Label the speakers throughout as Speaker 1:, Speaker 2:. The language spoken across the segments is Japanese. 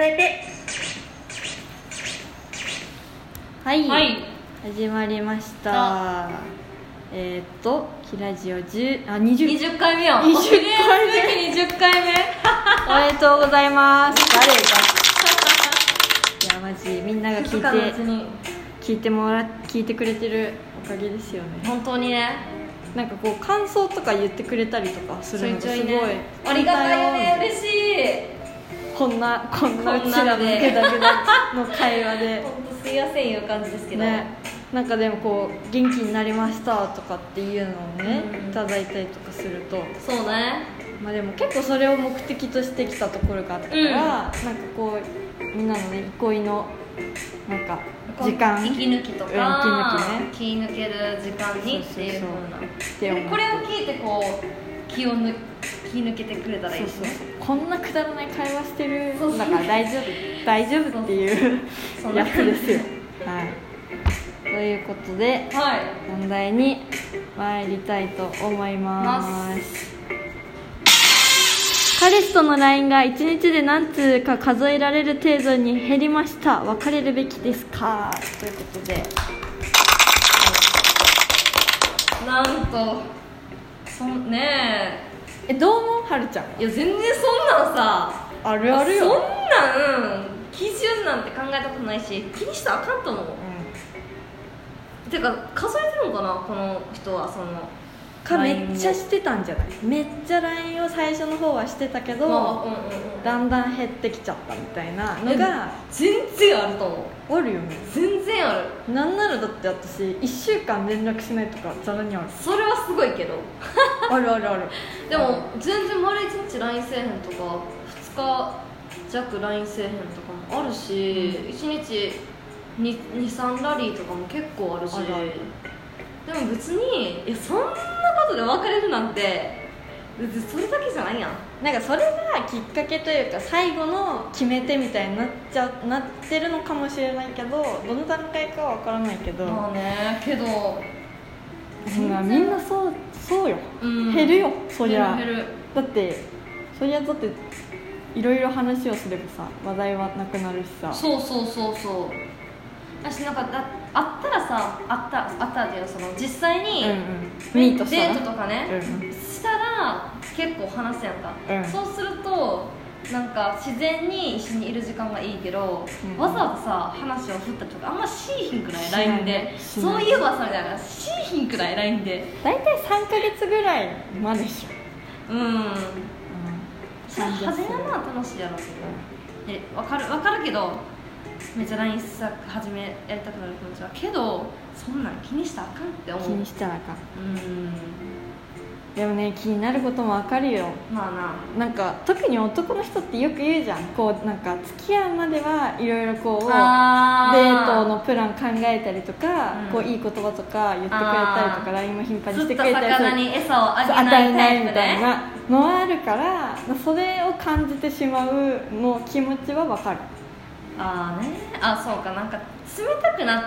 Speaker 1: えて
Speaker 2: はい、
Speaker 3: はい
Speaker 2: 始まりましたえー、っとキラジオ10あ20
Speaker 3: 20回目よ
Speaker 2: 20回目
Speaker 3: 目20回目
Speaker 2: おめでとうござ います誰 がいやマジみんなが聞
Speaker 3: 静かなうち
Speaker 2: いて
Speaker 3: に
Speaker 2: 聞いてもら聞いてくれてるおかげですよね
Speaker 3: 本当にね
Speaker 2: なんかこう感想とか言ってくれたりとかす
Speaker 3: ちょ
Speaker 2: る
Speaker 3: い
Speaker 2: のが
Speaker 3: ち
Speaker 2: す
Speaker 3: ょ
Speaker 2: ごい
Speaker 3: いねありがたいよね
Speaker 2: ね
Speaker 3: 嬉し
Speaker 2: こんなこんなう
Speaker 3: こん
Speaker 2: ちら
Speaker 3: な
Speaker 2: の
Speaker 3: んで
Speaker 2: グダグダの会 話
Speaker 3: い
Speaker 2: で
Speaker 3: 本当すいませんいう感じですけど
Speaker 2: ねなんかでもこう元気になりましたとかっていうのをね
Speaker 3: うん
Speaker 2: いただいたりとかすると
Speaker 3: そうね
Speaker 2: まあでも結構それを目的としてきたところがあったから、
Speaker 3: うん
Speaker 2: なんかこうみんなのね憩いのなんか時間
Speaker 3: 息抜きと
Speaker 2: うん息
Speaker 3: か
Speaker 2: 抜きね
Speaker 3: 気抜ける時間にっていうふうな
Speaker 2: て思う
Speaker 3: これを聞いてこう気を抜気抜けてくれたらいい
Speaker 2: そう
Speaker 3: です
Speaker 2: そう
Speaker 3: ね
Speaker 2: そうこんなくだらない会話してる
Speaker 3: そうそう
Speaker 2: だから大丈夫大丈夫っていう
Speaker 3: そうそう
Speaker 2: やつですよはいということで
Speaker 3: はい
Speaker 2: 問題に参りたいと思います彼氏との LINE が1日で何通か数えられる程度に減りました別れるべきですかということで
Speaker 3: なんとそんね
Speaker 2: えどう思うはるちゃん
Speaker 3: えいや全然そんなんさ
Speaker 2: あるある
Speaker 3: そん
Speaker 2: よ、
Speaker 3: なん基準なんて考えたことないし気にしたらあかんと思うてか数えてるのかなこの人はその
Speaker 2: かめ
Speaker 3: LINE
Speaker 2: っちゃしてたんじゃないめっちゃ LINE を最初の方はしてたけど、
Speaker 3: をまあうんうんうん
Speaker 2: だんだん減ってきちゃったみたいなのが
Speaker 3: 全然あると思う
Speaker 2: あるよね
Speaker 3: 全然ある
Speaker 2: なんならだって私1週間連絡しないとかざら にある
Speaker 3: それはすごいけど
Speaker 2: あるあるある
Speaker 3: でも全然丸一日 LINE せえへんとか2日弱 LINE せえへんとかもあるし、一日23ラリーとかも結構あるし
Speaker 2: あるある
Speaker 3: でも別にいやそんなことで別れるなんて別にそれだけじゃないやん
Speaker 2: なんかそれがきっかけというか最後の決め手みたいになっちゃなってるのかもしれないけどどの段階かは分からないけど、
Speaker 3: まあねけど
Speaker 2: まあみんなそうそうよ、
Speaker 3: うん
Speaker 2: 減るよそりゃ
Speaker 3: 減る減る
Speaker 2: だってそりゃだっていろいろ話をすればさ話題はなくなるしさ
Speaker 3: そうそうそうそう私なんかだあったらさあったあったっていうのはその実際に、
Speaker 2: うんうんミートし
Speaker 3: デ
Speaker 2: た
Speaker 3: ー
Speaker 2: ら
Speaker 3: トとかね、
Speaker 2: うんうん
Speaker 3: したら結構話すやんか、
Speaker 2: うん
Speaker 3: そうするとなんか自然に一緒にいる時間がいいけど、
Speaker 2: うん
Speaker 3: わざわざさ話を振ったとかあんましーひんくらい
Speaker 2: しない
Speaker 3: LINE で
Speaker 2: しない
Speaker 3: そういえばさみたいなしーひんくらい LINE で
Speaker 2: 大体3か月ぐらいまでしょ、
Speaker 3: うん
Speaker 2: う
Speaker 3: それ派手なのは楽しいやろうけどえわかるわかるけどめっちゃ LINE さ始めやりたくなる気持ちはけどそんなん気にしたらあかんって思
Speaker 2: 気
Speaker 3: う
Speaker 2: にしたらあかん
Speaker 3: うん
Speaker 2: でもね気になることも分かるよ
Speaker 3: まあな
Speaker 2: なんか特に男の人ってよく言うじゃんこうなんか付き合うまではいろいろこうデ
Speaker 3: あ
Speaker 2: ートのプラン考えたりとか、
Speaker 3: うん
Speaker 2: こういい言葉とか言ってくれたりと
Speaker 3: あ
Speaker 2: か
Speaker 3: ー
Speaker 2: LINE も頻繁に
Speaker 3: ず
Speaker 2: し
Speaker 3: ってと
Speaker 2: くれたり
Speaker 3: 魚
Speaker 2: そう
Speaker 3: に餌をあげ
Speaker 2: 与
Speaker 3: ない
Speaker 2: えな
Speaker 3: タイ
Speaker 2: い
Speaker 3: プ
Speaker 2: みたい
Speaker 3: ね
Speaker 2: なのはあるからそれを感じてしまうの気持ちは分かる
Speaker 3: ああねあそうかなんか冷たくなっ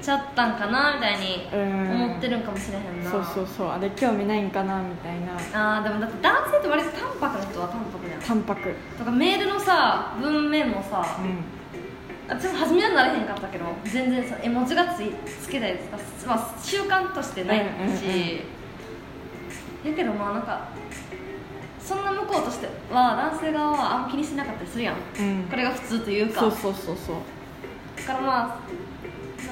Speaker 3: ちゃったんかなみたいに
Speaker 2: うん
Speaker 3: 思ってるんかもしれへんな
Speaker 2: そうそうそうあれ興味ないんかなみたいな
Speaker 3: ああでもだって男性って割と淡白な人は淡白じゃん
Speaker 2: 淡白
Speaker 3: とかメールのさ文面もさ
Speaker 2: う
Speaker 3: あちょっと初めはなれへんかったけど全然さ絵文字がついつけたりとか、まあ、習慣としてないし、やけどまあなんかそんな向こうとしては男性側はあんま気にしなかったりするやん
Speaker 2: んうん
Speaker 3: これが普通というか
Speaker 2: そうそうそうそう
Speaker 3: だからまあ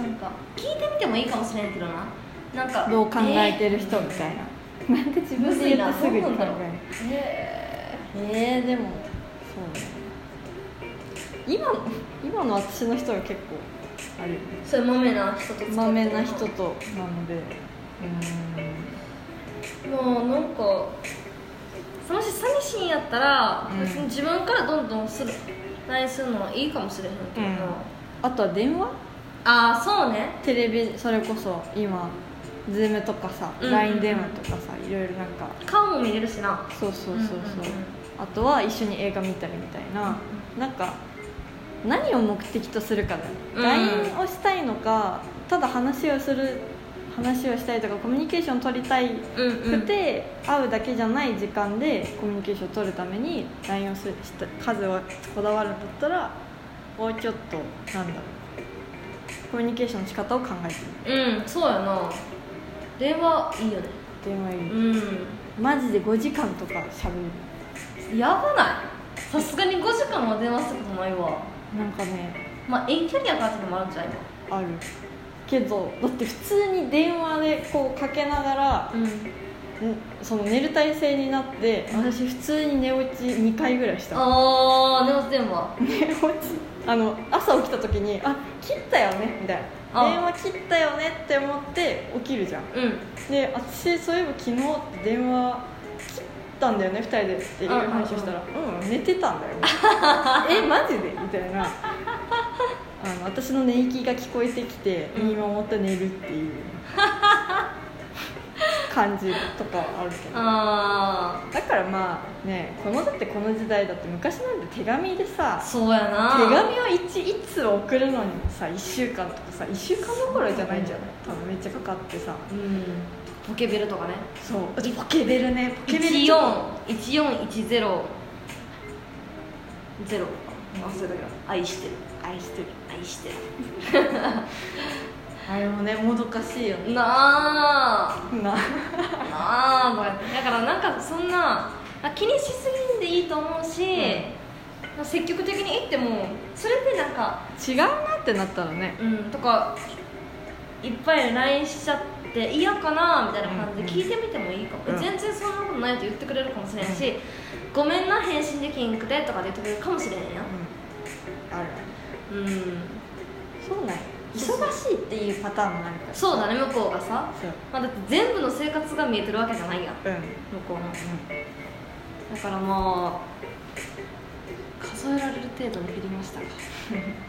Speaker 3: なんか聞いてみてもいいかもしれんけどななんか
Speaker 2: どう考えてる人みたいな、 なんで自分で言ってすぐに考
Speaker 3: むずいなどうなんだろう
Speaker 2: え
Speaker 3: え
Speaker 2: るえー、でもそうね今の今の私の人が結構あるよね
Speaker 3: ーそういうまめな人と付き合ってる
Speaker 2: まめな人となのでうー
Speaker 3: もうなんかもし寂しいんやったら、
Speaker 2: うん
Speaker 3: 別に自分からどんどんする LINE するのはいいかもしれへんけどな、
Speaker 2: うんんあとは電話
Speaker 3: ああそうね
Speaker 2: テレビそれこそ今 Zoom とかさ
Speaker 3: うん
Speaker 2: LINE 電話とかさいろいろなんか
Speaker 3: 顔も見れるしな
Speaker 2: そうそうそうそう,、
Speaker 3: うんうんうん
Speaker 2: あとは一緒に映画見たりみたいな、なんか何を目的とするかだ、
Speaker 3: うん
Speaker 2: LINE をしたいのかただ話をする話をしたりとかコミュニケーション取りたい
Speaker 3: うんう
Speaker 2: く
Speaker 3: ん
Speaker 2: て、会うだけじゃない時間でコミュニケーションを取るために LINE をすした数をこだわるんだったらもうちょっとなんだろうコミュニケーションの仕方を考えてみる
Speaker 3: うんそうやな電話いいよね
Speaker 2: 電話より
Speaker 3: う
Speaker 2: マジで5時間とかしゃべ
Speaker 3: ん
Speaker 2: る
Speaker 3: やばないさすがに5時間は電話したことないわ
Speaker 2: なんかね
Speaker 3: まあ遠距離やからってのもあるんじゃない
Speaker 2: あるけどだって普通に電話でこうかけながら
Speaker 3: うん
Speaker 2: んその寝る体勢になって私普通に寝落ち2回ぐらいした
Speaker 3: ああ電話電話
Speaker 2: 寝落ち あの朝起きた時にあ切ったよねみたいな
Speaker 3: あ
Speaker 2: 電話切ったよねって思って起きるじゃん
Speaker 3: うん
Speaker 2: で私そういえば昨日電話切ったんだよね2人でっていう話をしたら「うん寝てたんだ よ」えマジで?」みたいなあの私の寝息が聞こえてきて
Speaker 3: うん
Speaker 2: 見守って寝るって いう感じとかはあるけど
Speaker 3: あ
Speaker 2: だからまあねこのだってこの時代だって昔なんて手紙で
Speaker 3: あ
Speaker 2: さ
Speaker 3: そうや
Speaker 2: 手
Speaker 3: な
Speaker 2: 紙をいちいつ送るのにさ1週間とかさ1週間どころじゃないんじゃない多分めっちゃかかってさ
Speaker 3: うんポケベルとかね
Speaker 2: そうポケベルねポケベルちょっと
Speaker 3: 141410あそれだけだ愛してる
Speaker 2: 愛してる
Speaker 3: 愛して
Speaker 2: あれもねもどかしいよね
Speaker 3: るなあ
Speaker 2: な
Speaker 3: ああごめんだからなんかそんなあ気にしすぎんでいいと思うし、積極的に行ってもそれでなんか
Speaker 2: 違うなってなったらね
Speaker 3: うんとかいいっぱい LINE しちゃって嫌かなみたいな感じで聞いてみてもいいかも、
Speaker 2: うん
Speaker 3: 全然そんなことないと言ってくれるかもしれんし、ごめんな返信できんくてとかで言ってくれるかもしれんや
Speaker 2: ある
Speaker 3: うん
Speaker 2: そうなんよ忙しいっていうパターンもあるから
Speaker 3: そうだね向こうがさ、
Speaker 2: そう
Speaker 3: まあ、だって全部の生活が見えてるわけじゃないやん
Speaker 2: う
Speaker 3: 向
Speaker 2: ん
Speaker 3: こうのだからまあ数えられる程度に減りましたか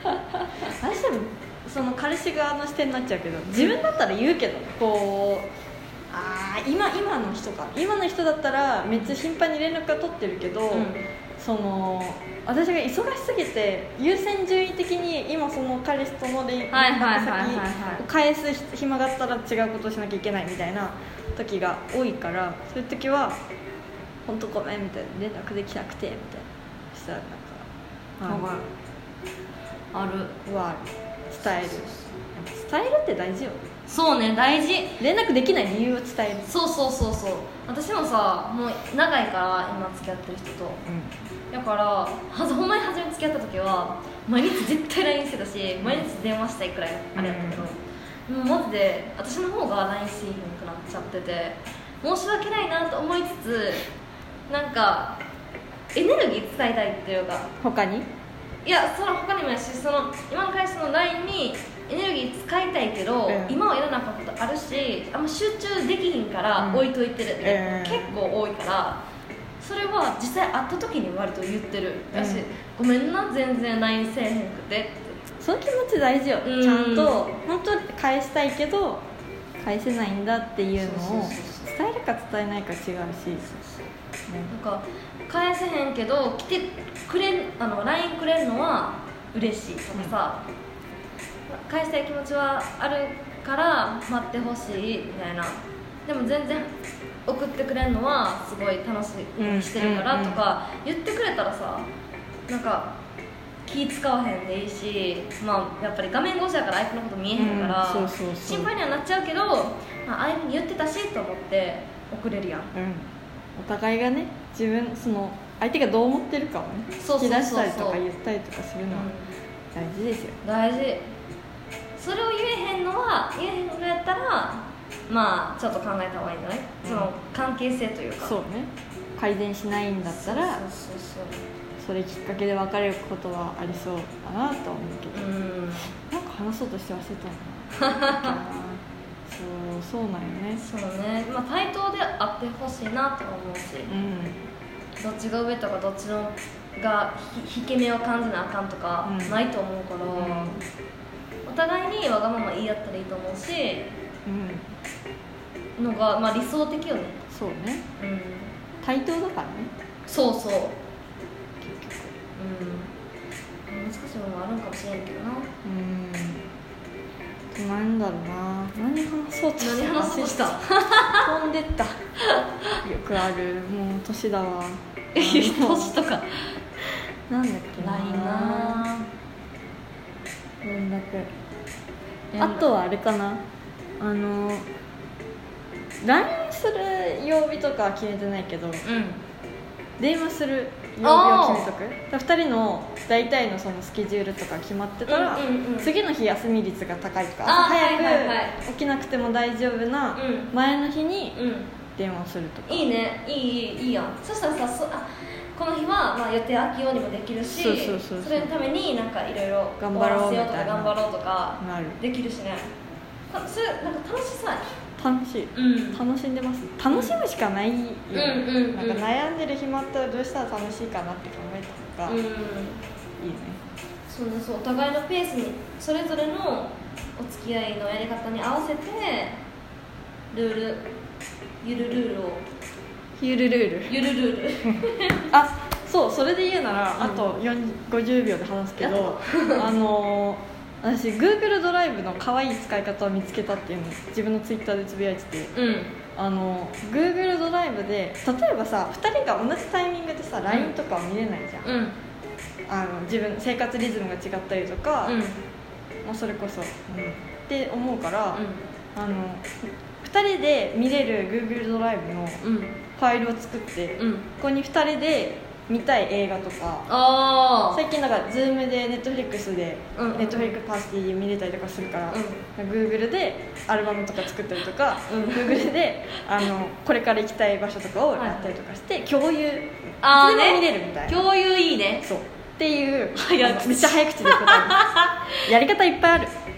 Speaker 2: 私でもその彼氏側の視点になっちゃうけど自分だったら言うけどこうあー今今の人か今の人だったらめっちゃ頻繁に連絡が取ってるけど、その私が忙しすぎて優先順位的に今その彼氏との連
Speaker 3: はいはいはい
Speaker 2: 連
Speaker 3: はいはい
Speaker 2: 絡先を返す暇があったら違うことをしなきゃいけないみたいな時が多いからそういう時は「本当ごめん」みたいな「連絡できなくて」みたいなしたらなんか
Speaker 3: ある
Speaker 2: 「うわ」伝える伝えるって大事よ
Speaker 3: そうね大事
Speaker 2: 連絡できない理由を伝える
Speaker 3: そうそうそうそう私もさもう長いから今付き合ってる人とだからはずほんまに初め付き合った時は毎日絶対 LINE してたし毎日電話したいくらいあれやったけど、もうマジで私の方が LINE しにくくなっちゃってて申し訳ないなと思いつつなんかエネルギー伝えたいっていうか
Speaker 2: 他に
Speaker 3: いやその他にもやしその今の会社の LINE にエネルギー使いたいけど、
Speaker 2: うん
Speaker 3: 今はいらなかったことあるしあんま集中できひんから
Speaker 2: うん
Speaker 3: 置いといてるみたいな、
Speaker 2: うん
Speaker 3: 結構多いからそれは実際会った時に割と言ってる
Speaker 2: うん
Speaker 3: 私、ごめんな全然 LINE せえへんくてって
Speaker 2: その気持ち大事よ
Speaker 3: うん
Speaker 2: ちゃんと本当は返したいけど返せないんだっていうのを
Speaker 3: そうそうそう
Speaker 2: 伝えるか伝えないか違うし、ね、
Speaker 3: なんか返せへんけど来てくれんあの LINE くれるのは嬉しいとかさ、返したい気持ちはあるから待ってほしいみたいなでも全然送ってくれるのはすごい楽しみにしてるか
Speaker 2: うん
Speaker 3: ら
Speaker 2: うんう
Speaker 3: と
Speaker 2: ん
Speaker 3: か言ってくれたらさなんか気使わへんでいいし、まあ、やっぱり画面越しだから相手のこと見えへんから、
Speaker 2: うんそうそうそう
Speaker 3: 心配にはなっちゃうけど、まあ、相手に言ってたしと思って送れるやん
Speaker 2: うん、お互いがね自分その相手がどう思ってるかをね
Speaker 3: そうそうそ
Speaker 2: 聞
Speaker 3: うそう
Speaker 2: き出したりとか言ったりとかするのは大事ですよ、
Speaker 3: 大事それを言えへんのは言えへんのやったらまあちょっと考えた方がいいんじゃない、
Speaker 2: うん
Speaker 3: その関係性というか
Speaker 2: そうね改善しないんだったら
Speaker 3: そうそう
Speaker 2: それきっかけで別れることはありそうだなとは思うけ
Speaker 3: そう
Speaker 2: ど、
Speaker 3: うん
Speaker 2: なんか話そうとして忘れたの そうそうなんよね
Speaker 3: そうねまあ対等であってほしいなとは思うし、
Speaker 2: うん
Speaker 3: どっちが上とかどっちのがひ引け目を感じなあかんとか
Speaker 2: うん
Speaker 3: ないと思うから、お互いにわがまま言い合ったらいいと思うし
Speaker 2: うん
Speaker 3: のが、まあ、理想的よね
Speaker 2: そうね
Speaker 3: うん
Speaker 2: 対等だからね
Speaker 3: そうそう
Speaker 2: 結局
Speaker 3: うん難しいものもあるんかもしれんけどな
Speaker 2: うんなんだろうな何話そうとした
Speaker 3: 何話そうとした
Speaker 2: 飛んでったよくあるもう年だわ
Speaker 3: 年とか
Speaker 2: な
Speaker 3: な
Speaker 2: んだっけ
Speaker 3: いな
Speaker 2: 連絡
Speaker 3: 連
Speaker 2: あ
Speaker 3: 絡
Speaker 2: とはあれかなあの LINE する曜日とかは決めてないけど
Speaker 3: う
Speaker 2: 電話する曜日を決めとくだから2人の大体のそのスケジュールとか決まってたら、
Speaker 3: うんうんうん
Speaker 2: 次の日休み率が高いとか
Speaker 3: あー
Speaker 2: 朝早く、
Speaker 3: はいはいはい
Speaker 2: 起きなくても大丈夫な
Speaker 3: う
Speaker 2: 前の日に
Speaker 3: んうん
Speaker 2: 電話するとか、
Speaker 3: いいねいいいいいいやんそしたらさそあこの日は、まあ、予定空きようにもできるし
Speaker 2: そうそうそうそう
Speaker 3: れのためになんかいろいろ
Speaker 2: 頑張ろう
Speaker 3: 終わらせ
Speaker 2: みたいな
Speaker 3: ようとか頑張ろうとか
Speaker 2: なる
Speaker 3: できるしねたそれなんか楽しそうやね
Speaker 2: 楽しい
Speaker 3: うん
Speaker 2: 楽しんでます楽しむしかないよ、ね
Speaker 3: うんうんうん
Speaker 2: なんか悩んでる暇あったらどうしたら楽しいかなって考えた方
Speaker 3: う
Speaker 2: がいい
Speaker 3: ん
Speaker 2: ね、
Speaker 3: そうねそうお互いのペースにそれぞれのお付き合いのやり方に合わせてルールゆるルールを
Speaker 2: ゆるルール
Speaker 3: ゆるルール
Speaker 2: あそうそれで言うなら、
Speaker 3: うん
Speaker 2: あと40 50秒で話すけ
Speaker 3: や
Speaker 2: ど あのー私 Google ドライブの可愛い使い方を見つけたっていうのを自分の Twitter でつぶやいてて
Speaker 3: うん
Speaker 2: あのー Google ドライブで例えばさ2人が同じタイミングでさ LINE とかは見れないじゃん、
Speaker 3: うん
Speaker 2: あの自分生活リズムが違ったりとか、
Speaker 3: うん
Speaker 2: もうそれこそ、って思うから、あの2人で見れる Google ドライブのフ
Speaker 3: うん
Speaker 2: ァイルを作って、
Speaker 3: う
Speaker 2: こ
Speaker 3: ん
Speaker 2: こに2人で見たい映画とか
Speaker 3: ああ
Speaker 2: 最近だから Zoom で Netflix で
Speaker 3: うん
Speaker 2: Netflix パーティー見れたりとかするから、
Speaker 3: うん
Speaker 2: Google でアルバムとか作ったりとか、
Speaker 3: うん
Speaker 2: Google であのこれから行きたい場所とかを
Speaker 3: はい
Speaker 2: やったりとかして、共有いつで
Speaker 3: あーね
Speaker 2: も見れるみたいな、
Speaker 3: 共有いいね
Speaker 2: そうっていう
Speaker 3: 早口
Speaker 2: めっちゃ早口で答えますやり方いっぱいある